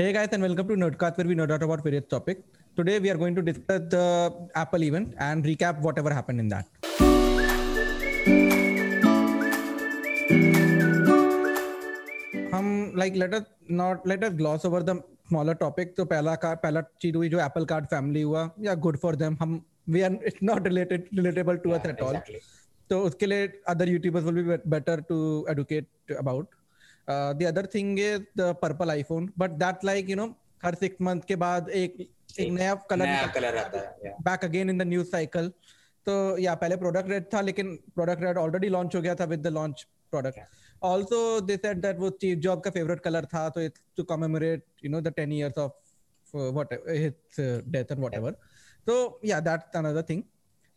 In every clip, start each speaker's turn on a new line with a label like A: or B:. A: Hey guys, and welcome to Nerdcast, where we nerd out about various topics. Today we are going to discuss the Apple event and recap whatever happened in that. हम like let us not let us gloss over the smaller topic. तो पहला का पहला चीज हुई जो Apple Card family हुआ या good for them. हम we are it's not related relatable to us at all.
B: Exactly.
A: तो उसके लिए other YouTubers will be better to educate about the other thing is the purple iPhone but that like you know हर six month के बाद एक एक
B: एक
A: नया
B: नया
A: कलर
B: कलर आता है yeah.
A: Back again in the news cycle तो या पहले प्रोडक्ट रेड था लेकिन प्रोडक्ट रेड ऑलरेडी लॉन्च हो गया था with the launch product also they said that वो स्टीव जॉब का फेवरेट कलर था तो it's to commemorate you know the 10 years of what his death and whatever तो या that's another thing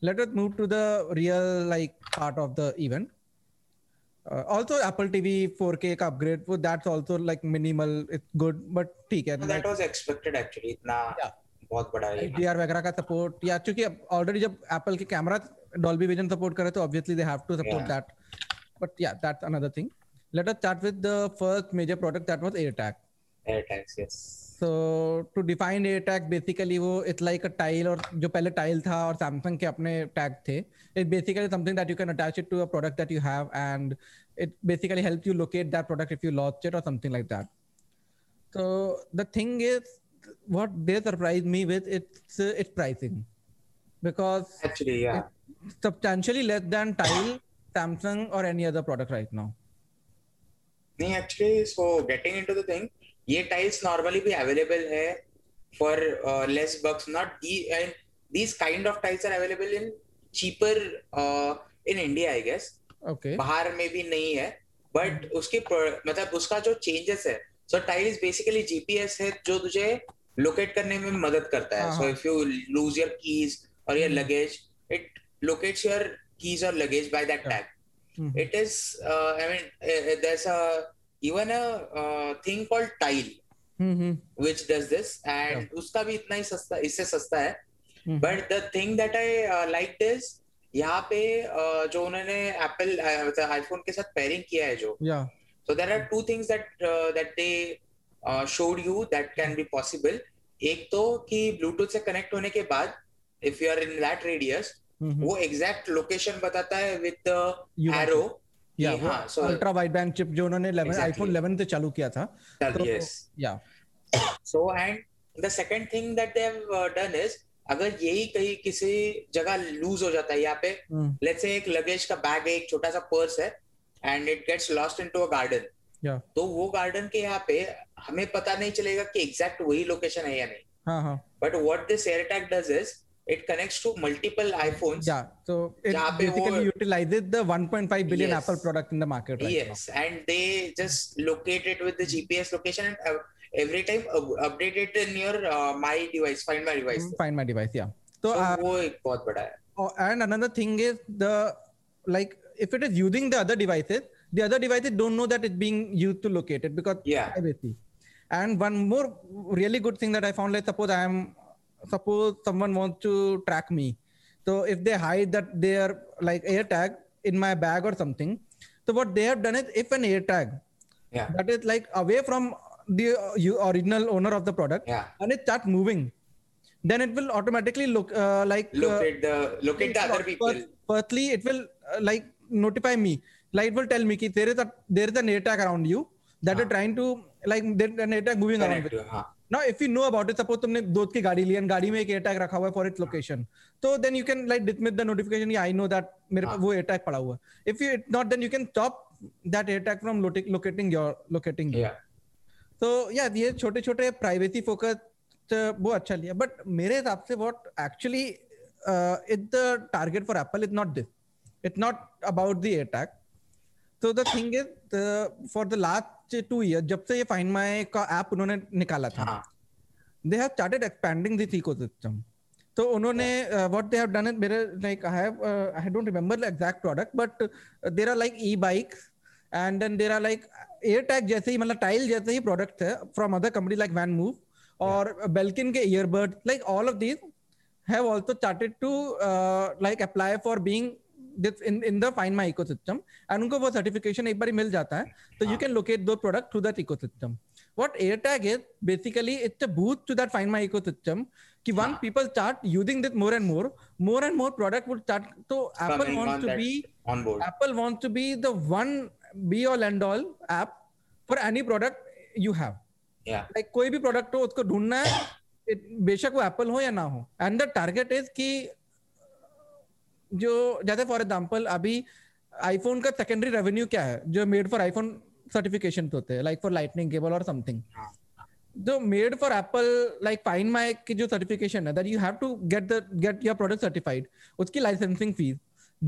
A: let us move to the real like part of the event uh, also apple tv 4k का upgrade वो that's also like minimal it's good but ठीक है
B: No, that was expected actually इतना
A: तो Yeah.
B: बहुत बड़ा ये
A: HDR वगैरह का support या क्योंकि already जब apple के कैमरा dolby vision support कर रहे तो obviously they have to support
B: Yeah.
A: that but yeah that's another thing let us start with the first major product that was AirTag
B: air tax yes
A: so to define a tag basically वो it's like a tile और जो पहले tile था और samsung के अपने tag थे it's basically something that you can attach it to a product that you have and it basically helps you locate that product if you lost it or something like that so the thing is what they surprised me with it's uh, its pricing because
B: actually yeah
A: substantially less than tile samsung or any other product right now
B: नहीं actually so getting into the thing ये tiles normally भी available है uh, for less bucks not these kind of tiles are available in cheaper uh, in India I guess
A: okay Hmm.
B: बाहर में भी नहीं है but उसकी pro- मतलब उसका जो चेंजेस है सो टाइल्स बेसिकली जीपीएस है जो तुझे लोकेट करने में मदद करता है
A: हाँ,
B: सो
A: हाँ।
B: If you lose your keys और your
A: hmm.
B: Luggage it locates your keys और luggage by that
A: Yeah.
B: Tag
A: Mhm.
B: it is uh, i mean uh, uh, there's a even a uh, thing called tile
A: Mhm.
B: which does this and उसका भी इतना ही सस्ता इससे सस्ता है
A: Mhm.
B: but the thing that i uh, liked is यहाँ पे uh, जो उन्होंने apple uh, मतलब iphone के साथ pairing किया है जो
A: yeah
B: so there are two things that uh, that they uh, showed you that can be possible एक तो कि bluetooth से connect होने के बाद if you are in that radius
A: Mhm.
B: वो exact location बताता है with the
A: You want
B: arrow
A: या
B: कि हाँ so
A: ultra wide band chip जो उन्होंने 11
B: Exactly.
A: आईफोन 11 से चालू किया था
B: that-
A: तो-
B: yes
A: या
B: So and the second thing that they have uh, done is अगर यही कहीं किसी जगह लूज हो जाता है यहाँ पे लेट्स से एक लगेज का बैग है एक छोटा सा पर्स है and it gets lost into a garden
A: Yeah.
B: तो वो गार्डन के यहाँ पे हमें पता नहीं चलेगा कि एग्जैक्ट वही लोकेशन है या नहीं
A: हाँ हाँ
B: but what this air attack does is it connects to multiple iPhones
A: या तो इट
B: जहाँ पे वो-
A: basically utilises the 1.5 billion
B: Yes.
A: Apple product in the market right
B: Yes, and they just locate it with the GPS location and uh, every time up- update it in your uh, my device, find my device.
A: Find my device या तो
B: So वो एक बहुत बड़ा है
A: and another thing is the like if it is using the other devices the other devices don't know that is being used to locate it because
B: Yeah.
A: privacy. And one more really good thing that I found, like suppose I am, suppose someone wants to track me. So if they hide that their like air tag in my bag or something, so what they have done is if an air tag
B: Yeah.
A: that is like away from the uh, you original owner of the product
B: Yeah.
A: and it starts moving, then it will automatically look uh, like uh,
B: Look at the look at the other
A: First-
B: people.
A: firstly it will uh, like notify me like it will tell me ki, there is a there is an attack around you that are trying to like there an attack moving around
B: Ah. Connect
A: with
B: to, हाँ.
A: now if you know about it suppose तुमने दोस्त की गाड़ी ली and गाड़ी में एक attack रखा हुआ है for its location तो then you can like dismiss the notification yeah, I know that मेरे पास
B: हाँ.
A: वो attack पड़ा हुआ है if you it's not then you can stop that attack from loti- locating your locating you.
B: Yeah.
A: तो या ये छोटे छोटे प्राइवेसी फोकस वो अच्छा लिया बट मेरे हिसाब से uh, what actually is the target for Apple is not this it's not about the attack so the thing is for the last two year जब से ये फाइन माई का ऐप उन्होंने निकाला था
B: हाँ.
A: they have started expanding this ecosystem तो उन्होंने what they have done it मेरे like I have I don't remember exact product but there are like e bikes and then there are like air tag जैसे ही मतलब tile जैसे ही product है from other company like VanMoof और Belkin के uh, earbud like all of these have also started to like apply for being this in in the find my ecosystem and उनको वो certification एक बार मिल जाता है तो you
B: हाँ।
A: can locate those product through that ecosystem what airtag is basically it's a boost to that find my ecosystem कि once
B: हाँ।
A: people start using this more and more more and more product would start so apple
B: Coming on
A: wants to
B: that.
A: be
B: on board.
A: apple wants to be the one be all and all app for any product you have
B: Yeah.
A: like कोई भी product हो उसको ढूंढना है it- बेशक वो Apple हो या ना हो एंड द टारगेट इज कि जो जैसे फॉर एग्जांपल अभी आईफोन का सेकेंडरी रेवेन्यू क्या है जो मेड फॉर आईफोन सर्टिफिकेशन होते हैं लाइक फॉर लाइटनिंग केबल और समथिंग
B: हाँ।
A: जो made for Apple like fine my की जो सर्टिफिकेशन है that you have to get the get your product certified उसकी licensing fees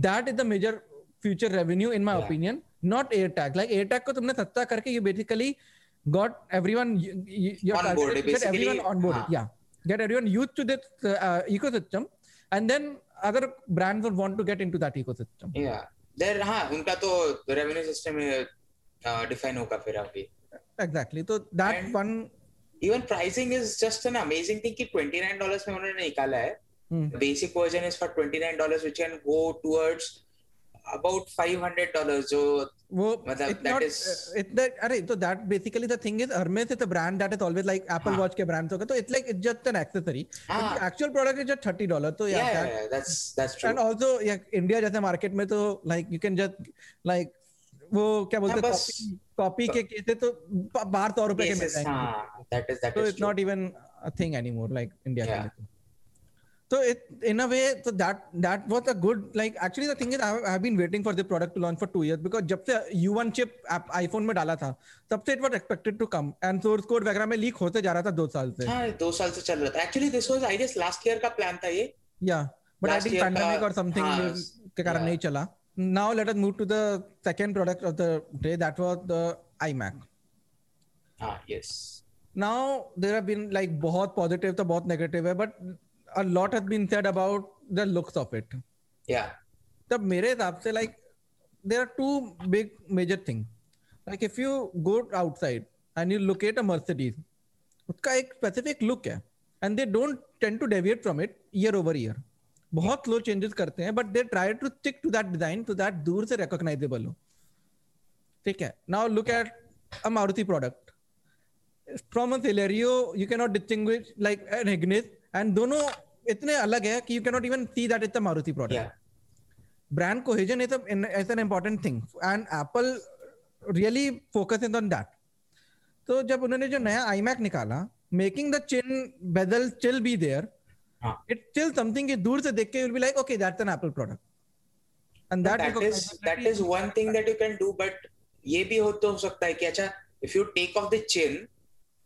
A: that is the major future revenue in my
B: Yeah.
A: Opinion not air tag like air tag को तुमने सस्ता करके ये basically got everyone y- y- your
B: On
A: target
B: board,
A: is to get
B: basically,
A: everyone on board
B: हाँ.
A: yeah get everyone used to this uh, uh, ecosystem and then other brands would want to get into that ecosystem
B: Yeah. There, हाँ, उनका तो revenue system define होगा फिर अभी
A: exactly so that
B: And-
A: one
B: even pricing is just an amazing thing कि twenty nine dollar में उन्होंने निकाला है
A: hmm,
B: basic version is for twenty nine dollar which can go towards about five hundred dollar जो
A: वो
B: मतलब
A: it's
B: that
A: not
B: is-
A: uh, it's that अरे तो that basically the thing is Hermes is a brand that is always like Apple
B: हाँ.
A: Watch के brands होगा तो it's like it's just an accessory but
B: हाँ
A: the actual product is just thirty dollar तो yeah, that-
B: yeah that's that's true
A: and also yeah, India जैसे market में तो like you can just like वो क्या बोलते हैं
B: हाँ, बस-
A: copy- copy के केसे तो बा- बारह सौ रुपए के मिल
B: Cases,
A: जाएंगे
B: हाँ that is that
A: so
B: is
A: it's
B: true
A: not even a thing anymore like india
B: Yeah.
A: kind of thing. so it in a way so that that was a good like actually the thing is I have, I have been waiting for the product to launch for two years because जब से u1 chip app, iphone में डाला था तब से it was expected to come and source code वगैरह में leak होते जा रहा था दो साल से
B: हाँ दो साल से चल रहा था actually this was I guess last year का प्लान था ये
A: yeah but I
B: Last
A: think
B: year
A: pandemic
B: का-
A: or something
B: हाँ,
A: में- के कारण
B: yeah.
A: नहीं चला now let us move to the second product of the day that was the imac
B: हाँ yes
A: now there have been like बहुत positive तो बहुत negative है but a lot has been said about the looks of it
B: या
A: तब मेरे हिसाब से like there are two big major thing like if you go outside and you look at a Mercedes उसका एक specific look है and they don't tend to deviate from it year over year बहुत slow changes करते हैं but they try to stick to that design so that दूर से recognizable हो ठीक है now look at a Maruti product from a Celerio you cannot distinguish like an Ignis and दोनों इतने अलग है कि you cannot even see that it's a Maruti product
B: या
A: brand cohesion is, a, is an important thing and apple really focuses on that तो जब उन्होंने जो नया iMac निकाला making the chin bezel still be there
B: हाँ.
A: It still something दूर से देख के will be like okay that's an Apple product and
B: that is that is one thing that you can do but ये भी हो तो हो सकता है कि अच्छा if you take off the chin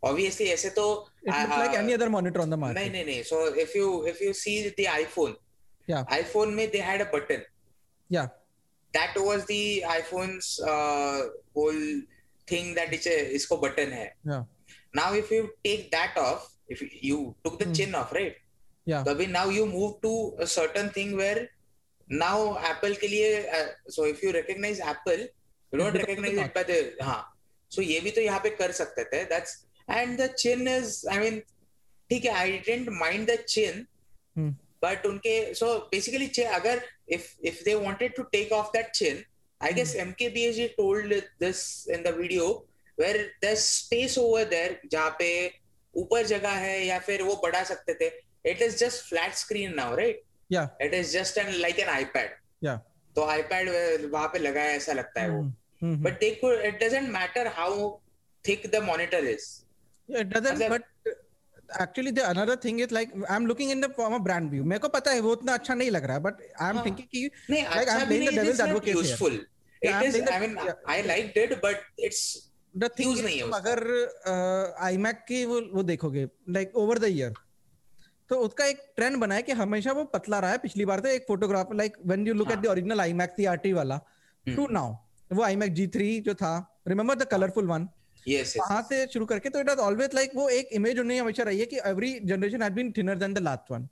B: obviously ऐसे तो
A: it looks like any other monitor on the
B: नहीं
A: मार्केट
B: नहीं नहीं so if you if you see the iPhone
A: Yeah.
B: iPhone में they had a button
A: या
B: that was the iPhone's uh, whole thing that it's a, इसको button है
A: Yeah.
B: now if you take that off if you- you took the
A: Hmm.
B: chin off right
A: Yeah.
B: तो अभी now you move to a certain thing where now Apple के लिए uh, so if you recognize Apple you don't
A: becomes
B: recognize
A: the
B: it by the हाँ so ये भी तो यहाँ पे कर सकते थे that's and the chin is I mean ठीक है I didn't mind the chin
A: Hmm.
B: but उनके so basically chin अगर if if they wanted to take off that chin
A: Hmm.
B: I guess MKBHD told this in the video where there's space over there जहाँ पे ऊपर जगह है या फिर वो बढ़ा सकते थे it is just flat screen now right
A: Yeah.
B: it is just an like an ipad
A: Yeah. Hmm.
B: तो iPad वहां पे लगा है ऐसा लगता है वो
A: but
B: but they could it doesn't matter how thick the monitor is
A: it doesn't
B: मतलब-
A: but actually the another thing is like I am looking in the form of brand view मेरे को पता है वो उतना अच्छा नहीं लग रहा है बट आई एम
B: हाँ.
A: थिंकिंग कि
B: नहीं
A: I'm
B: अच्छा भी
A: playing the
B: नहीं it
A: devil's
B: is not
A: advocate here.
B: useful
A: Yeah, I'm
B: it is
A: playing the-
B: I mean
A: yeah.
B: I liked it but it's
A: the thing
B: Use
A: is,
B: नहीं है
A: तुम
B: उसका।
A: अगर आईमैक की वो वो देखोगे लाइक ओवर द ईयर तो उसका एक ट्रेंड बना है कि हमेशा वो पतला रहा है पिछली बार से एक photograph like when you look at
B: हाँ। हम्म।
A: द ओरिजिनल आईमैक सीआरटी वाला टू नाउ वो आईमैक G3 जो था remember the colourful one
B: yes yes
A: वहां से शुरू करके तो इट ऑलवेज लाइक वो एक इमेज उन्हें हमेशा रही है कि every generation has been thinner than the last one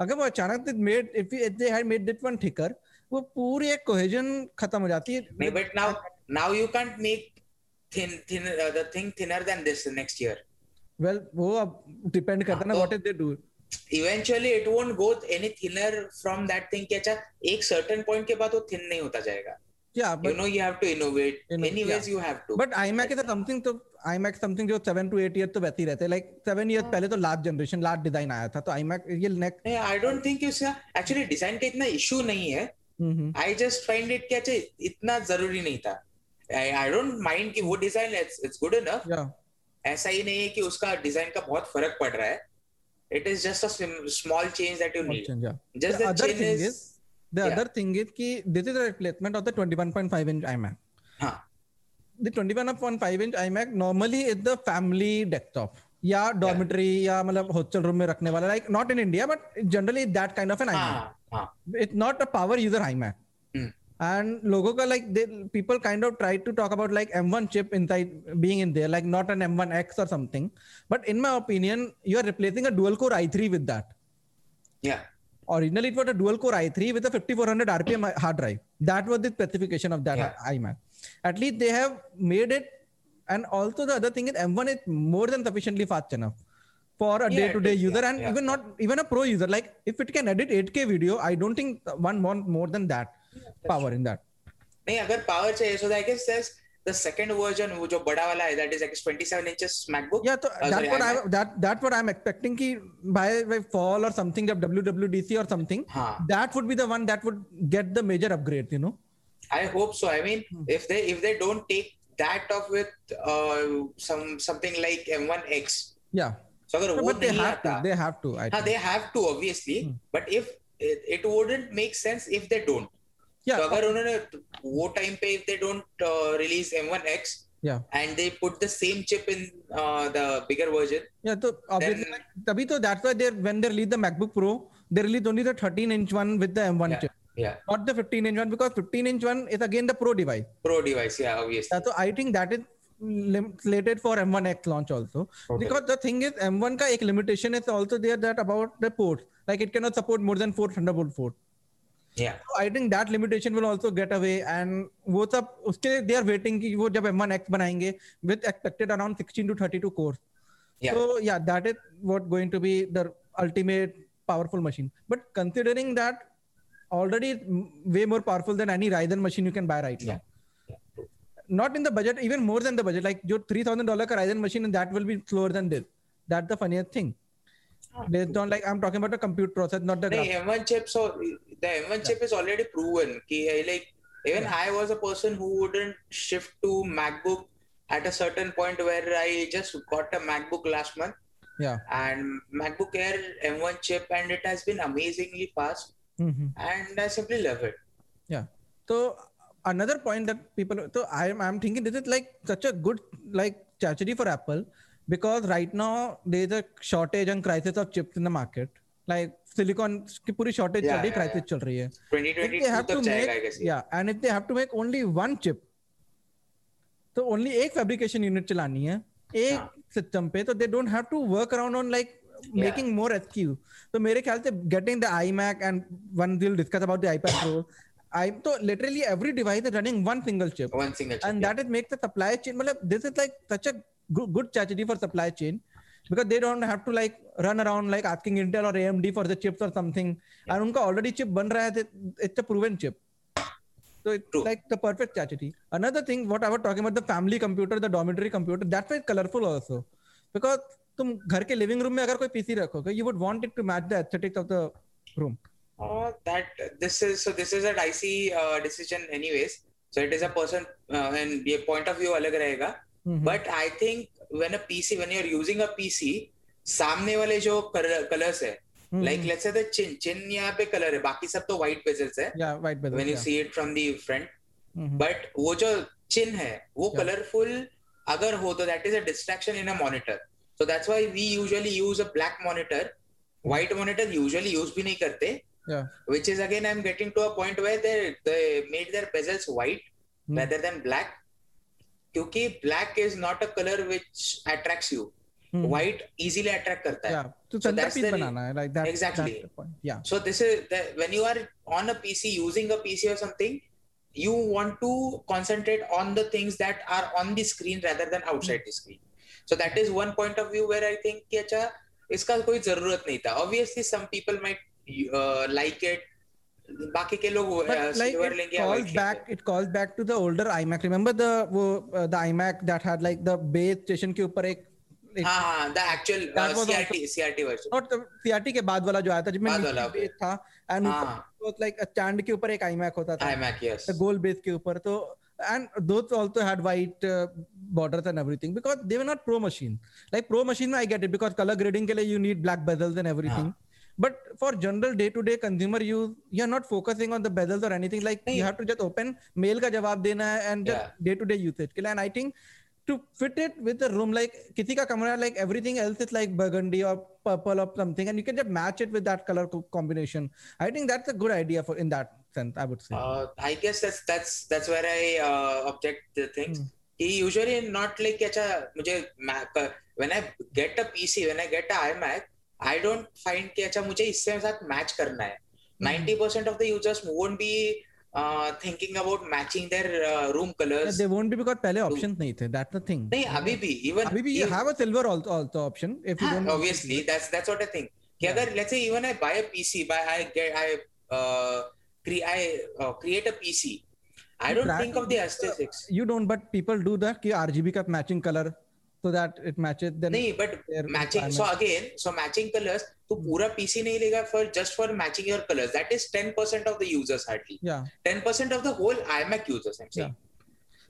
A: अगर वो अचानक made if they had made that one thicker वो पूरी एक कोहेजन खत्म हो जाती
B: नहीं
A: है
B: but now now you can't make thin thin uh, the thing thinner than this next year
A: well well, वो अब डिपेंड करता है ना
B: तो-
A: what is they do
B: eventually it won't go any thinner from that thing कि अच्छा एक certain point के बाद वो थिन नहीं होता जाएगा
A: yeah
B: you
A: but
B: no you have to innovate
A: Inno-
B: anyways you have to
A: but iMac is something तो iMac समथिंग जो 7 to 8 ईयर तो वैसे ही रहते लाइक 7 ईयर
B: हाँ।
A: पहले तो लास्ट जनरेशन लास्ट डिजाइन आया था तो iMac ये नेक
B: नहीं आई डोंट थिंक इसका एक्चुअली डिजाइन का इतना इशू नहीं है
A: hmm
B: I just find it कि अच्छा इतना जरूरी नहीं था आई डोंट माइंड कि वो डिजाइन इट्स गुड इनफ
A: या
B: ऐसा ही नहीं है कि उसका डिजाइन का बहुत फर्क पड़ रहा है it is just a small change that you need
A: change या
B: just
A: The
B: the
A: other
B: change
A: thing
B: इज
A: is- The
B: Yeah.
A: other thing is कि this is a replacement of the 21.5 inch iMac.
B: हाँ.
A: The 21.5 inch iMac normally is the family desktop या dormitory या मतलब hostel room में रखने वाला like not in India but generally that kind of an iMac.
B: हाँ हाँ
A: It's not a power user iMac.
B: Hmm.
A: And लोगों का like they, people kind of try to talk about like M1 chip inside being in there like not an M1X or something. But in my opinion, you are replacing a dual core i3 with that.
B: या
A: originally it was a dual core i3 with a 5400 rpm hard drive that was the specification of that
B: Yeah.
A: imac at least they have made it and also the other thing is m1 is more than sufficiently fast enough for a
B: Yeah,
A: day to day
B: it is,
A: user
B: yeah,
A: and
B: yeah.
A: even not even a pro user like if it can edit 8k video i don't think one want more than that power in that
B: नहीं अगर power चाहिए so I guess that's the second version वो जो बड़ा वाला है that is like 27 inches MacBook
A: yeah so
B: sorry,
A: that's what i
B: iMac.
A: that that's what i'm expecting ki by, by fall or something of wwdc or something
B: हाँ
A: that would be the one that would get the major upgrade you know
B: I hope so. I mean,
A: Hmm.
B: if they if they don't take that off with uh, some something like M1X,
A: yeah
B: so अगर वो
A: but they
B: नहीं
A: have to.
B: आता,
A: They have to. I
B: हाँ,
A: think.
B: they have to obviously.
A: Hmm.
B: But if it, it wouldn't make sense if they don't.
A: Yeah.
B: तो अगर उन्होंने वो time पे if they don't uh, release M1X
A: Yeah.
B: and they put the same chip in uh, the bigger version,
A: Yeah. So obviously,
B: then
A: तभी तो that's why they when they release the MacBook Pro, they release only the 13 inch one with the M1 chip,
B: yeah,
A: not the 15 inch one because 15 inch one is again the Pro device.
B: pro device, yeah, obviously.
A: Yeah, so I think that is lim- slated for M1X launch also
B: Okay.
A: because the thing is M1 का एक limitation is also there that about the ports like it cannot support more than four Thunderbolt port.
B: Yeah.
A: So I think that limitation will also get away and वो सब उसके they are waiting कि वो जब M1X बनाएंगे with expected around 16 to 32 cores.
B: Yeah.
A: So yeah, that is what going to be the ultimate powerful machine. But considering that already m- way more powerful than any Ryzen machine you can buy right now. Not in the budget, even more than the budget. Like your three thousand dollar Ryzen machine, and that will be slower than this. That's the funniest thing. Based on like I'm talking about the compute process, not the graphics.
B: नहीं M1 chip so the M1 chip is already proven कि I like even I was a person who wouldn't shift to MacBook at a certain point where I just got a MacBook last month
A: Yeah.
B: and MacBook Air M1 chip and it has been amazingly fast
A: Mm-hmm.
B: and I simply love it.
A: So तो another point that people तो so I'm I'm thinking this is like such a good like strategy for Apple because right now there's a shortage and crisis of chips in the market. Like silicon की पूरी shortage
B: Yeah,
A: चल रही
B: yeah,
A: crisis चल रही है. If
B: 2022
A: they have to
B: तक
A: make
B: जाएगा I guess.
A: yeah and if they have to make only one chip तो only एक fabrication unit चलानी है एक सिस्टम पे तो they don't have to work around on like making more SKU तो मेरे ख्याल से getting the iMac and one we'll discuss about the iPad Pro I तो literally every device is running one single chip
B: One single chip.
A: and
B: yeah.
A: that is make the supply chain मतलब this is like such a good, good strategy for supply chain because they don't have to like run around like asking Intel or AMD for the chips or something and उनका already chip बन रहा है that- it's a proven chip so it's
B: True.
A: like the perfect strategy another thing what I was talking about the family computer the dormitory computer that's why it's colorful also because तुम घर के living room में अगर कोई PC रखोगे you would want it to match the aesthetics of the
B: Uh, that this is so this is a dicey uh, decision anyways. So it is a person uh, and your point of view अलग रहेगा.
A: Hmm,
B: but I think when a PC when you are using a PC सामने वाले जो colours है
A: hmm,
B: like let's say the chin chin यहाँ पे colour है बाकी सब तो व्हाइट पेजल्स है
A: या white
B: when you see it from the front
A: hmm,
B: but वो जो चिन है वो
A: Yeah.
B: कलरफुल अगर हो तो that is a distraction in a monitor so that's why we usually use a black monitor white monitor usually use भी नहीं करते
A: Yeah.
B: which is again i'm getting to a point where they they made their bezels white
A: Hmm.
B: rather than black क्योंकि black is not a color which attracts you
A: Hmm.
B: white easily attract करता है
A: yeah तो
B: So
A: center
B: that's
A: piece
B: the re-
A: बनाना है like that
B: Exactly.
A: that's the point. yeah
B: so this is the, when you are on a pc using a pc or something you want to concentrate on the things that are on the screen rather than outside the screen so that is one point of view where i think कि अच्छा इसका कोई जरूरत नहीं था obviously some people might like it uh, बाकी के लोग
A: But like
B: सिल्वर
A: it
B: लेंगे या
A: calls
B: white
A: back,
B: लेंगे
A: it calls back to the older iMac. Remember the वो uh, the iMac that had like the base station के ऊपर एक, एक
B: हाँ हाँ the actual
A: That was
B: CRT CRT version
A: not CRT के बाद वाला जो आया था जिसमें
B: बाद
A: नीचे
B: वाला,
A: base था एंड
B: हाँ
A: लाइक स्टैंड के ऊपर एक iMac होता था
B: iMac yes
A: the goal base के ऊपर तो and those also had white uh, borders and everything because they were not pro machine like pro machine I get it because color grading के लिए you need black bezels and everything but for general day to day consumer use you're not focusing on the bezels or anything like you
B: नहीं।
A: have to just open mail का जवाब देना है and just
B: Yeah.
A: day to day usage के लिए and I think to fit it with the room like किसी का कमरा like everything else is like burgundy or purple or something and you can just match it with that color co- combination I think that's a good idea for in that sense I would say
B: uh, I guess that's that's that's where I uh, object the things.
A: Hmm.
B: He usually not like अच्छा मुझे Mac when I get a PC when I get a iMac I don't find कि अच्छा मुझे इससे साथ match करना है.
A: Hmm.
B: Ninety percent of the users won't be uh, thinking about matching their uh, room colors.
A: they won't be because पहले options नहीं थे that's the thing
B: नहीं अभी भी even
A: अभी भी Hmm. you
B: even-
A: have a silver also, also option if you
B: हाँ,
A: don't
B: obviously that's that's what I think कि
A: Yeah.
B: अगर let's say even I buy a PC buy I get I uh, cre- I uh, create a PC I don't
A: Brand-
B: think of the aesthetics
A: you don't but people do that कि RGB का matching color so that it matches then
B: नहीं but
A: their
B: matching so
A: requirement.
B: Again so matching colours तू तो पूरा PC नहीं लेगा for just for matching your colours that is 10% of the users hardly
A: yeah
B: 10% of the whole iMac users I'm saying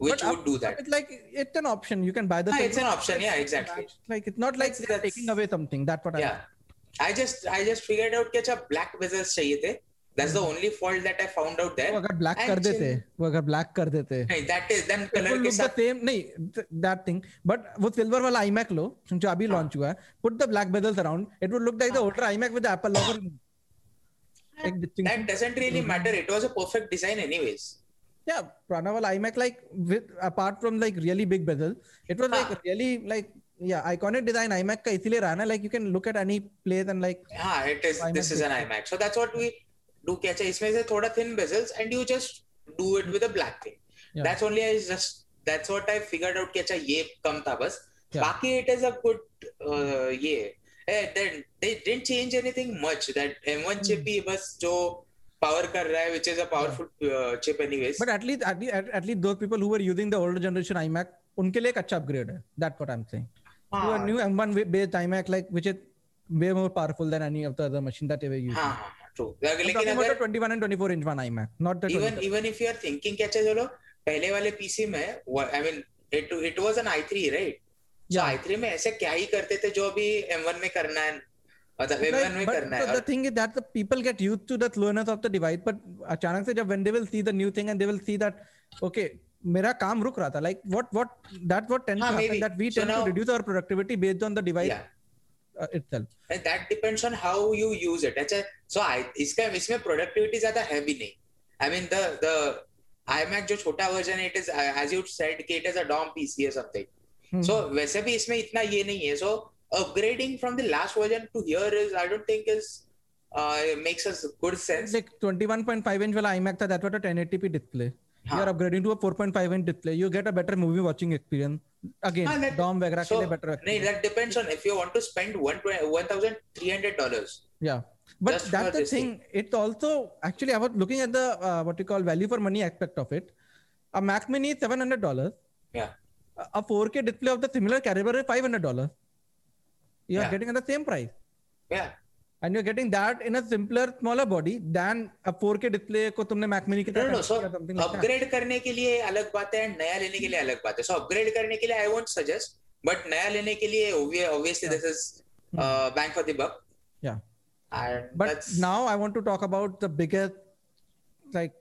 B: which
A: But
B: would do that
A: it's like it's an option you can buy the
B: हाँ,
A: silver
B: it's an option, yeah, exactly.
A: like it's not like
B: That's-
A: they're
B: that's-
A: taking away something that's what I
B: yeah I just I just figured out कि अच्छा black bezels चाहिए थे that's the only fault that I found out
A: वो
B: there
A: अगर black कर
B: Actually-
A: देते वो अगर ब्लैक कर देते
B: नहीं that is then
A: It
B: colour
A: will
B: के
A: look the
B: साथ
A: same नहीं that thing but वो silver वाला iMac लो जो अभी
B: हाँ.
A: launch हुआ है put the black bezels around it would look like the older iMac with the Apple logo
B: हाँ।
A: एक distinction
B: that doesn't really
A: Mm-hmm.
B: matter it was a perfect design anyways
A: yeah पुराना वाला iMac like with apart from like really big bezel it was like
B: हाँ.
A: really like yeah iconic design iMac का इसीलिए रहा ना like you can look at any place and like
B: हाँ it is
A: iMac
B: this is an iMac so that's what we do क्या चाहिए इसमें से थोड़ा thin bezels and you just do it with a black thing
A: Yeah.
B: that's only I just that's what I figured out कि अच्छा ये कम था बस
A: Yeah.
B: बाकी it is a good uh, ये eh, then they didn't change anything much that M1
A: Hmm.
B: chip ही बस जो power कर रहा है which is a powerful uh, chip anyways
A: but at least at least, at least those people who were using the older generation iMac उनके लिए एक अच्छा upgrade है that's what I'm saying to a
B: हाँ
A: new M1 based iMac like which is way more powerful than any of the other machine that they were using
B: हाँ हाँ true
A: I'm
B: लेकिन
A: talking about
B: अगर
A: the 21 and 24 inch one iMac, not the
B: even
A: 20.
B: Even if you are thinking क्या चलो पहले वाले PC में I mean it it was an i3 right so
A: Yeah.
B: i3 में ऐसे क्या ही करते थे जो अभी m1 में करना है मतलब m1 में
A: but
B: करना
A: so
B: है
A: the
B: और
A: thing is that the people get used to the slowness of the device, but अचानक से जब when they will see the new thing and they will see that okay मेरा काम रुक रहा था like what what that's what tends
B: हाँ,
A: to happen
B: maybe.
A: that we
B: So
A: tend
B: now-
A: to reduce our productivity based on the device
B: Yeah.
A: uh, itself.
B: And that depends on how you use it अच्छा so i इसका इसमें productivity ज्यादा है भी नहीं I mean the the iMac जो छोटा version है it is as you said कि it is a dumb PC या समथिंग
A: Hmm.
B: सो वैसे भी इसमें इतना ये नहीं है so upgrading from the last version to here is I don't think is makes a good sense
A: Hmm. like 21.5 inch वाला iMac था that was a 1080p display.
B: हाँ।
A: You are upgrading to a 4.5 inch display. You get a better movie watching experience. Again,
B: हाँ, that-
A: DOM वगैरह के
B: So,
A: लिए better.
B: नहीं
A: experience.
B: that depends on if you want to spend one thousand three hundred dollars.
A: Yeah. But
B: Just for
A: that's the
B: this
A: thing. It's also actually I was looking at the uh, what you call value for money aspect of it. A Mac Mini is seven hundred dollars.
B: Yeah.
A: A four K display of the similar caliber is five hundred dollars. You are
B: Yeah.
A: getting at the same price,
B: Yeah.
A: and you're getting that in a simpler, smaller body than a four K display को तुमने Mac Mini की
B: No, no, no. So
A: consider something like that.
B: Upgrade तो करने के लिए अलग बात है and नया लेने के लिए अलग बात है. So अपग्रेड करने के लिए I won't suggest, but नया लेने के लिए obvi- obviously this is uh, bang for the buck.
A: Yeah.
B: And
A: But
B: that's
A: now I want to talk about the biggest, like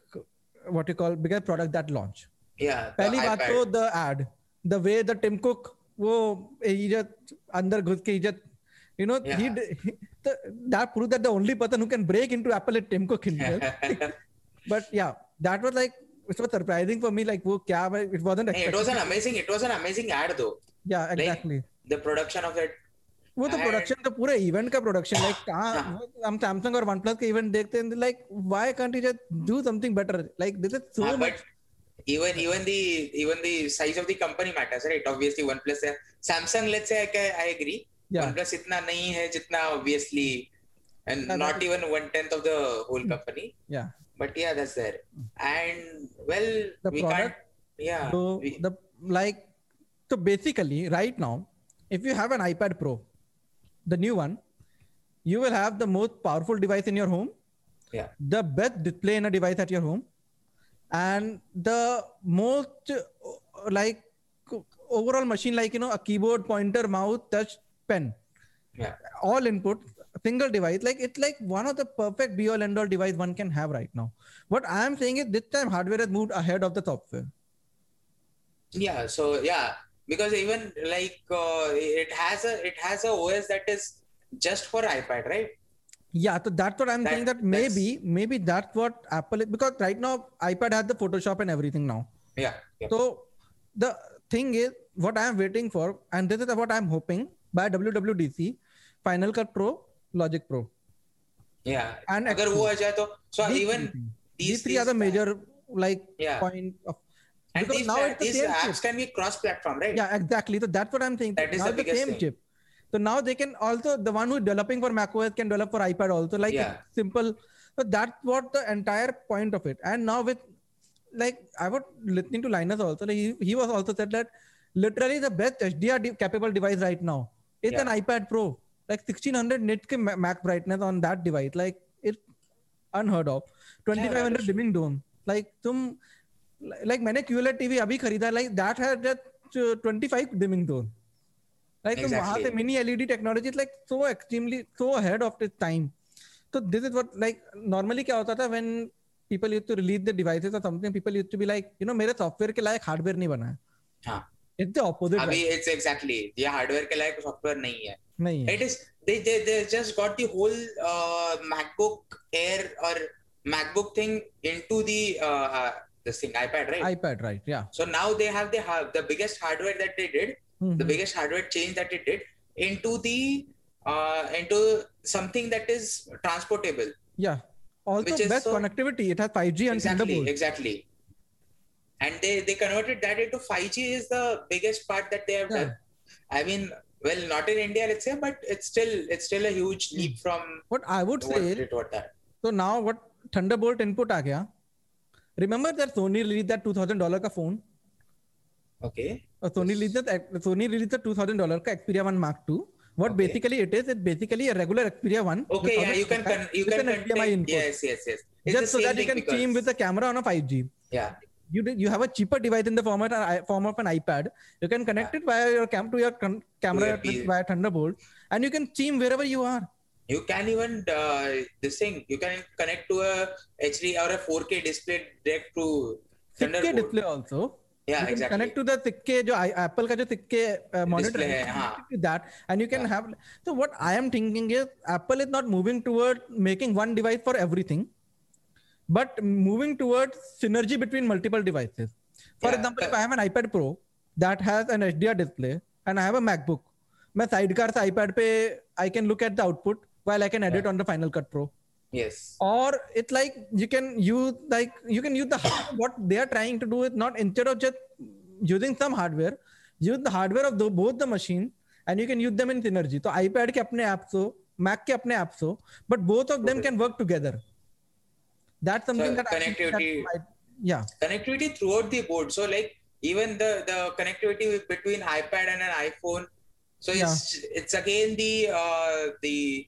A: what you call biggest product that launch.
B: yeah. the
A: पहली बात
B: iPad.
A: तो the ad the way the Tim Cook वो इज्जत अंदर घुस के इज्जत you know
B: Yeah.
A: He that prove that the only person who can break into Apple is Tim Cook himself but या that was like it was surprising for me like वो क्या it wasn't
B: Hey, it was
A: expected
B: an amazing it was an amazing ad though.
A: या exactly
B: The production of it.
A: वो तो
B: And-
A: production तो पूरे event का production like
B: हाँ।
A: कहाँ वो- हम सैमसंग और OnePlus के इवेंट देखते हैं like why can't you just do something better like this is
B: Ah,
A: सो
B: but
A: much
B: even even the even the size of the company matters, right? Obviously, OnePlus, eh, Samsung. Let's say I, ca- I agree.
A: Yeah.
B: OnePlus इतना नहीं है जितना obviously and
A: Yeah,
B: not
A: that Hmm.
B: even one tenth of the whole company.
A: Yeah. Hmm.
B: But yeah, that's there. And well,
A: The
B: we
A: product-
B: can't. Yeah.
A: So
B: we-
A: the like so basically right now, if you have an iPad Pro, the new one, you will have the most powerful device in your home,
B: Yeah.
A: the best display in a device at your home, and the most uh, like overall machine like you know a keyboard, pointer, mouse, touch, pen,
B: Yeah.
A: all input, single device. Like it's like one of the perfect be all end all device one can have right now. What I am saying is this time hardware has moved ahead of the software.
B: yeah so yeah because even like uh, it has a it has a os that is just for ipad right
A: Yeah, so that's what I'm
B: That-
A: saying. That
B: that's-
A: maybe, maybe that's what Apple is because right now iPad has the Photoshop and everything now.
B: yeah, yeah.
A: So the thing is, what I'm waiting for, and this is what I'm hoping by WWDC, Final Cut Pro, Logic Pro,
B: yeah
A: and
B: अगर
A: X
B: वो
A: Pro.
B: आ जाए तो so
A: These
B: even
A: three things.
B: these,
A: these three are the major like
B: yeah
A: point of
B: and
A: because
B: these,
A: now
B: now
A: it's the
B: these
A: same
B: apps
A: chip.
B: can be cross platform right
A: Yeah, exactly. So that's what I'm thinking.
B: That is
A: now
B: the
A: the
B: biggest
A: same
B: thing.
A: chip. So now they can also the one who's developing for macOS can develop for iPad also. Like
B: Yeah.
A: it's simple. So that's what the entire point of it. And now with like I was listening to Linus also. Like he, he was also said that literally the best HDR de- capable device right now is an iPad Pro. Like 1600 nit ke ma- max brightness on that device. Like it's unheard of. 2500
B: that's-
A: dimming dome. Like तुम like मैंने QLED TV अभी खरीदा like that had that 25 dimming zone. Like exactly. वहां
B: Exactly.
A: से mini LED technology is like so extremely so ahead of its time. So this is what like normally क्या होता था when people used to release the devices or something people used to be like you know मेरे software के लायक hardware नहीं बना है.
B: हाँ.
A: It's the opposite.
B: अभी
A: right?
B: it's exactly ये hardware के लायक software नहीं है
A: नहीं है.
B: it is they they, they just got the whole uh, macbook air or macbook thing into the uh, uh, this thing ipad right
A: iPad right? Yeah.
B: so now they have the ha- the biggest hardware that they did the
A: Mhm.
B: biggest hardware change that it did into the uh, into something that is transportable.
A: Yeah. Also
B: Which is
A: best
B: so-
A: connectivity. It has 5G and
B: Exactly,
A: Thunderbolt.
B: exactly. And they they converted that into 5G is the biggest part that they have
A: Yeah.
B: done. I mean, well, not in India, let's say, but it's still it's still a huge
A: Mm.
B: leap from
A: What I would
B: what
A: say
B: it was that.
A: तो now what Thunderbolt input आ गया remember that Sony release that 2000 dollar का phone
B: Okay.
A: और Sony release that Sony release that 2000 dollar का Xperia 1 Mark 2 what
B: Okay.
A: basically it is it basically a regular Xperia 1
B: Okay, yeah, you can con- you can
A: HDMI
B: connect.
A: input
B: Yes, yes, yes. It's the
A: just so
B: same
A: that you
B: thing
A: can
B: because-
A: team with the camera on a 5G
B: Yeah.
A: you did, you have a cheaper device in the format or I- form of an iPad you can connect it via your cam to your con- camera
B: your P-
A: via Thunderbolt and you can team wherever you are
B: You can even uh, this thing. You can connect to a HD or a 4K display direct to
A: 6K
B: Thunderbolt.
A: display also you
B: Yeah,
A: can
B: exactly.
A: connect to the 6K जो I- Apple का जो 6K uh, monitor
B: Display
A: है,
B: है, हाँ.
A: connect to that and you can have so what I am thinking is Apple is not moving toward making one device for everything but moving towards synergy between multiple devices for
B: Yeah,
A: example if
B: but-
A: I have an iPad Pro that has an HDR display and I have a MacBook मैं sidecar से iPad पे I can look at the output while I can edit on the Final Cut Pro
B: Yes.
A: or it's like you can use like you can use the what they are trying to do is not instead of just using some hardware use the hardware of the, both the machine and you can use them in synergy so ipad के अपने apps हो mac के अपने apps हो but both of them
B: Okay.
A: can work together that's something
B: So
A: that I think that
B: connectivity-
A: might- yeah
B: Connectivity throughout the board. So like even the the connectivity between iPad and an iPhone. So it's it's again the uh, the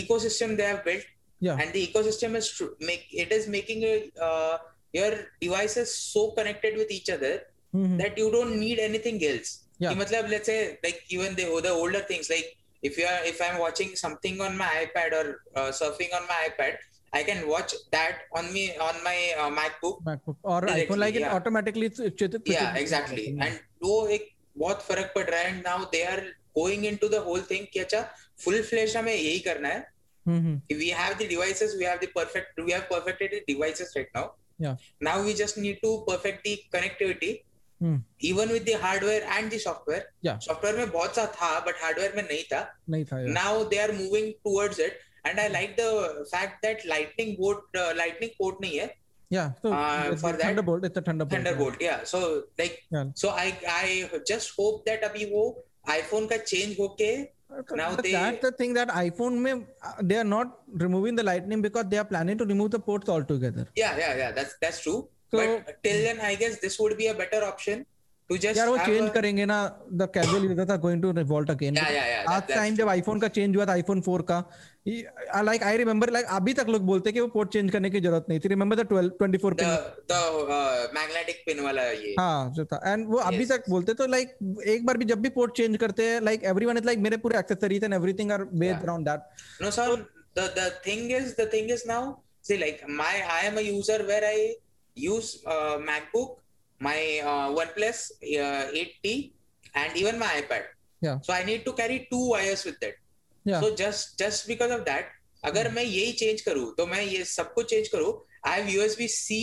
B: ecosystem they have built.
A: Yeah.
B: And the ecosystem is tr- make it is making it, uh, your devices so connected with each other
A: Mhm.
B: that you don't need anything else.
A: Yeah.
B: कि मतलब let's say like even the the older things like if you are if I'm watching something on my iPad or uh, surfing on my iPad, I can watch that on me on my uh, MacBook.
A: MacBook or iphone
B: Directly,
A: like it
B: yeah.
A: automatically it's- it's- it's-
B: Yeah, exactly. And वो एक बहुत फर्क पड़ रहा है and now they are going into the whole thing कि अच्छा full fledged हमें यही करना है
A: Mhm.
B: कि we have the devices, we have the perfect, we have perfected the devices right now.
A: Yeah.
B: Now we just need to perfect the connectivity.
A: Hmm.
B: Even with the hardware and the software.
A: Yeah.
B: Software में बहुत सा था, but hardware में नहीं था.
A: नहीं था यार
B: Now they are moving towards it, and I like the fact that lightning board, uh, lightning port नहीं है,
A: yeah so
B: Uh,
A: it's
B: for
A: a
B: that-
A: thunderbolt it's a thunderbolt yeah.
B: Thunderbolt. Yeah. So like,
A: Yeah.
B: so I I just hope that अभी वो iPhone का change होके Now
A: But
B: they-
A: that's the thing that iPhone may uh, they are not removing the Lightning because they are planning to remove the ports altogether.
B: Yeah, yeah, yeah. That's that's true.
A: So-
B: but till then, I guess this would be a better option to just
A: यार वो
B: have
A: change
B: a-
A: करेंगे ना the casual users are going to revolt again
B: Yeah, yeah, yeah.
A: आज
B: That, that's
A: time जब iPhone का change हुआ था iPhone 4 का uh, like I remember like अभी तक लोग बोलते हैं कि वो पोर्ट चेंज करने की जरूरत नहीं थी remember the 12 24 pin
B: the the uh, magnetic pin वाला ये
A: हाँ जो था एंड वो अभी
B: Yes,
A: तक बोलते तो लाइक एक बार भी जब भी पोर्ट चेंज करते हैं लाइक एवरीवन इज लाइक मेरे पूरे accessories and everything are based
B: Yeah.
A: Around that
B: No, sir. The the thing is, the thing is now. See, like my, I am a user where I use uh, MacBook, my uh, OnePlus uh, 8T, and even my iPad.
A: Yeah.
B: So I need to carry two wires with that.
A: Yeah. Hmm.
B: So just just because of that, अगर मैं यही change करूँ, तो मैं ये सब कुछ change करूँ. I have USB C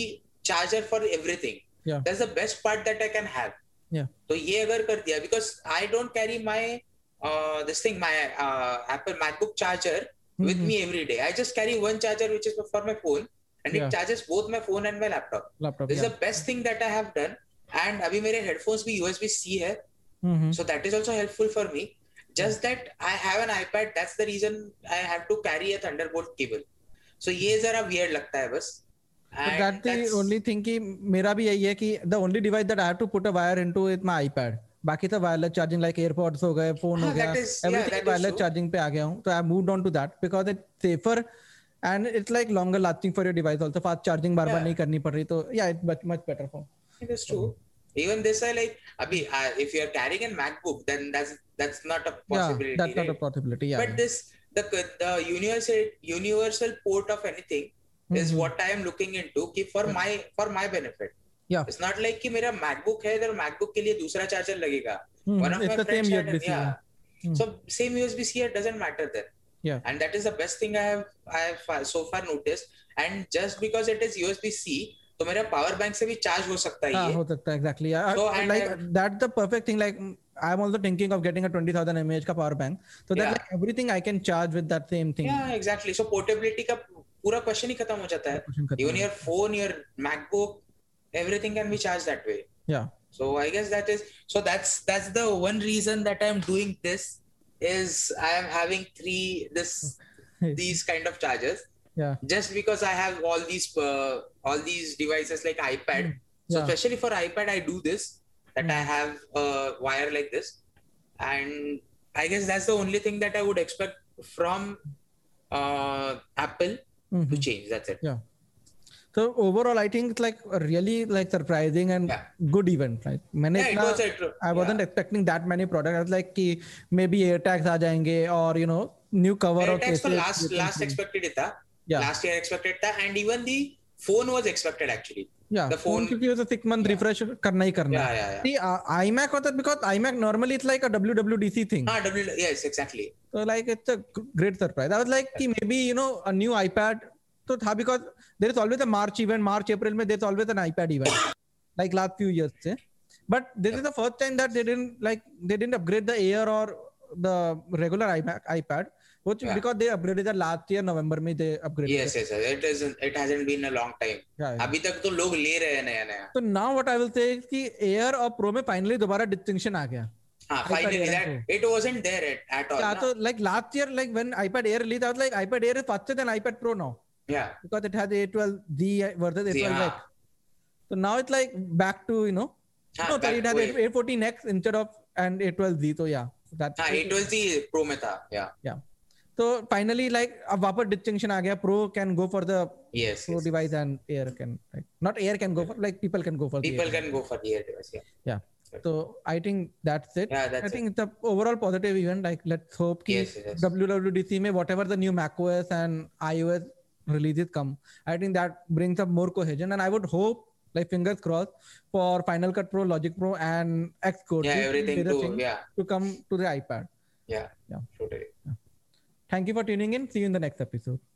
B: charger for everything.
A: Yeah.
B: That's the best part that I can have.
A: Yeah.
B: तो ये अगर कर दिया, because I don't carry my uh, this thing, my uh, Apple MacBook charger. with
A: hmm, Mm-hmm.
B: me every day. I just carry one charger, which is for my phone, and
A: Yeah.
B: it charges both my phone and my laptop.
A: Laptop
B: This is the best thing that I have done. And अभी मेरे headphones भी USB C है,
A: हम्म,
B: so that is also helpful for me. Just that I have an iPad, that's the reason I have to carry a Thunderbolt cable. So ये जरा weird लगता है बस. And
A: that the
B: that's-
A: only thing कि मेरा भी यही है कि the only device that I have to put a wire into is my iPad बाकी तो वायरलेस चार्जिंग लाइक एयरपॉड्स हो गए फोन हो
B: हाँ,
A: गया
B: that is- yeah,
A: everything
B: that is
A: wireless
B: true.
A: Charging पे आ गया हूं तो I moved on to that because it's safer and it's like longer lasting for your device also fast charging बार-बार
B: Yeah.
A: नहीं करनी पड़ रही तो yeah it's much better for
B: It is true. Even this, I like. Abhi, uh, if you are carrying a MacBook, then that's that's not a
A: Yeah,
B: possibility.
A: that's not
B: right?
A: a possibility. Yeah.
B: but this the the universal universal port of anything is
A: Mhm.
B: what I am looking into कि for
A: Yeah.
B: my for my benefit.
A: Yeah.
B: It's not like कि मेरा MacBook है इधर MacBook के लिए दूसरा charger लगेगा.
A: Hmm,
B: One of
A: it's
B: my
A: the same
B: friends had-
A: USB.
B: yeah.
A: Hmm.
B: So same USB C doesn't matter then.
A: Yeah.
B: And that is the best thing I have I have fa- so far noticed. And just because it is USB C, तो मेरा power bank से भी charge हो सकता है
A: हाँ,
B: ये.
A: हो सकता है exactly. Yeah.
B: So,
A: I-
B: and
A: like
B: I-
A: that's the perfect thing. Like I am also thinking of getting a twenty thousand mAh का power bank, so that
B: Yeah.
A: like everything I can charge with that same thing.
B: Yeah, exactly. So portability का पूरा question ही खत्म हो जाता है.
A: Question खत्म
B: Even
A: है.
B: your phone, your MacBook, everything can be charged that way.
A: Yeah.
B: so i guess that is so that's that's the one reason that i'm doing this is i am having three this these kind of chargers
A: Yeah.
B: just because i have all these uh, all these devices like ipad so
A: Mm, Yeah.
B: especially for ipad i do this that
A: Mm.
B: i have a wire like this and i guess that's the only thing that i would expect from uh, apple to
A: Mhm.
B: change that's it
A: So overall, I think it's like a really like surprising and
B: Yeah.
A: good event. Like मैंने
B: yeah, it
A: इतना-
B: was a, tr-
A: I wasn't expecting that many products. I was like कि maybe air tags आ जाएंगे और you know new cover
B: Air
A: of
B: tags तो
A: cases,
B: last
A: different
B: last
A: things.
B: expected था
A: Yeah.
B: last year expected था and even the phone was expected actually
A: Yeah,
B: The
A: phone
B: phone-
A: क्योंकि उसे six month
B: Yeah.
A: refresh करना ही करना
B: yeah
A: है।
B: yeah yeah
A: See, uh, iMac होता है because iMac normally it's like a WWDC thing.
B: हाँ double yes exactly
A: So like it's a g- great surprise. I was like, कि maybe you know a new iPad. So था because there is always a March event, March April में there's always an iPad event, like last few years से. But this is the first time that they didn't like they didn't upgrade the Air or the regular iMac iPad, which
B: Yeah.
A: because they upgraded that last year November में they upgraded.
B: yes
A: it.
B: yes yes. it isn't it hasn't been a long time
A: Yeah, yeah.
B: अभी तक तो लोग ले रहे हैं नया नया
A: तो now what I will say is कि Air और Pro में finally दोबारा distinction आ गया.
B: हाँ
A: iPad
B: finally
A: Air
B: that
A: and
B: it wasn't there at, at all
A: Yeah, तो
B: ना?
A: so like last year, like when iPad Air released, I was like, iPad Air is faster than iPad Pro now
B: yeah
A: because it has A12Z versus
B: See,
A: A12X.
B: हाँ,
A: So now it's like back to you know,
B: हाँ,
A: no, sorry, it
B: back
A: has
B: to
A: A- A14X instead of and A12Z. So yeah, so that's
B: हाँ it was the pro में था yeah
A: so finally like अब वापस distinction आ गया. Pro can go for the
B: yes,
A: Pro
B: yes.
A: device and Air can like, not Air can go for like people can go for the
B: people
A: Air.
B: can go for the air device yeah
A: So I think that's it.
B: yeah
A: I
B: that's
A: think it's a overall positive event. Like let's hope
B: it
A: कि
B: yes yes, yes.
A: WWDC में whatever the new macOS and iOS releases come, I think that brings up more cohesion. And I would hope, like fingers crossed, for Final Cut Pro, Logic Pro, and Xcode
B: yeah
A: these three
B: everything
A: major
B: too
A: things
B: yeah
A: to come to the iPad.
B: yeah
A: Yeah.
B: totally
A: Thank you for tuning in. See you in the next episode.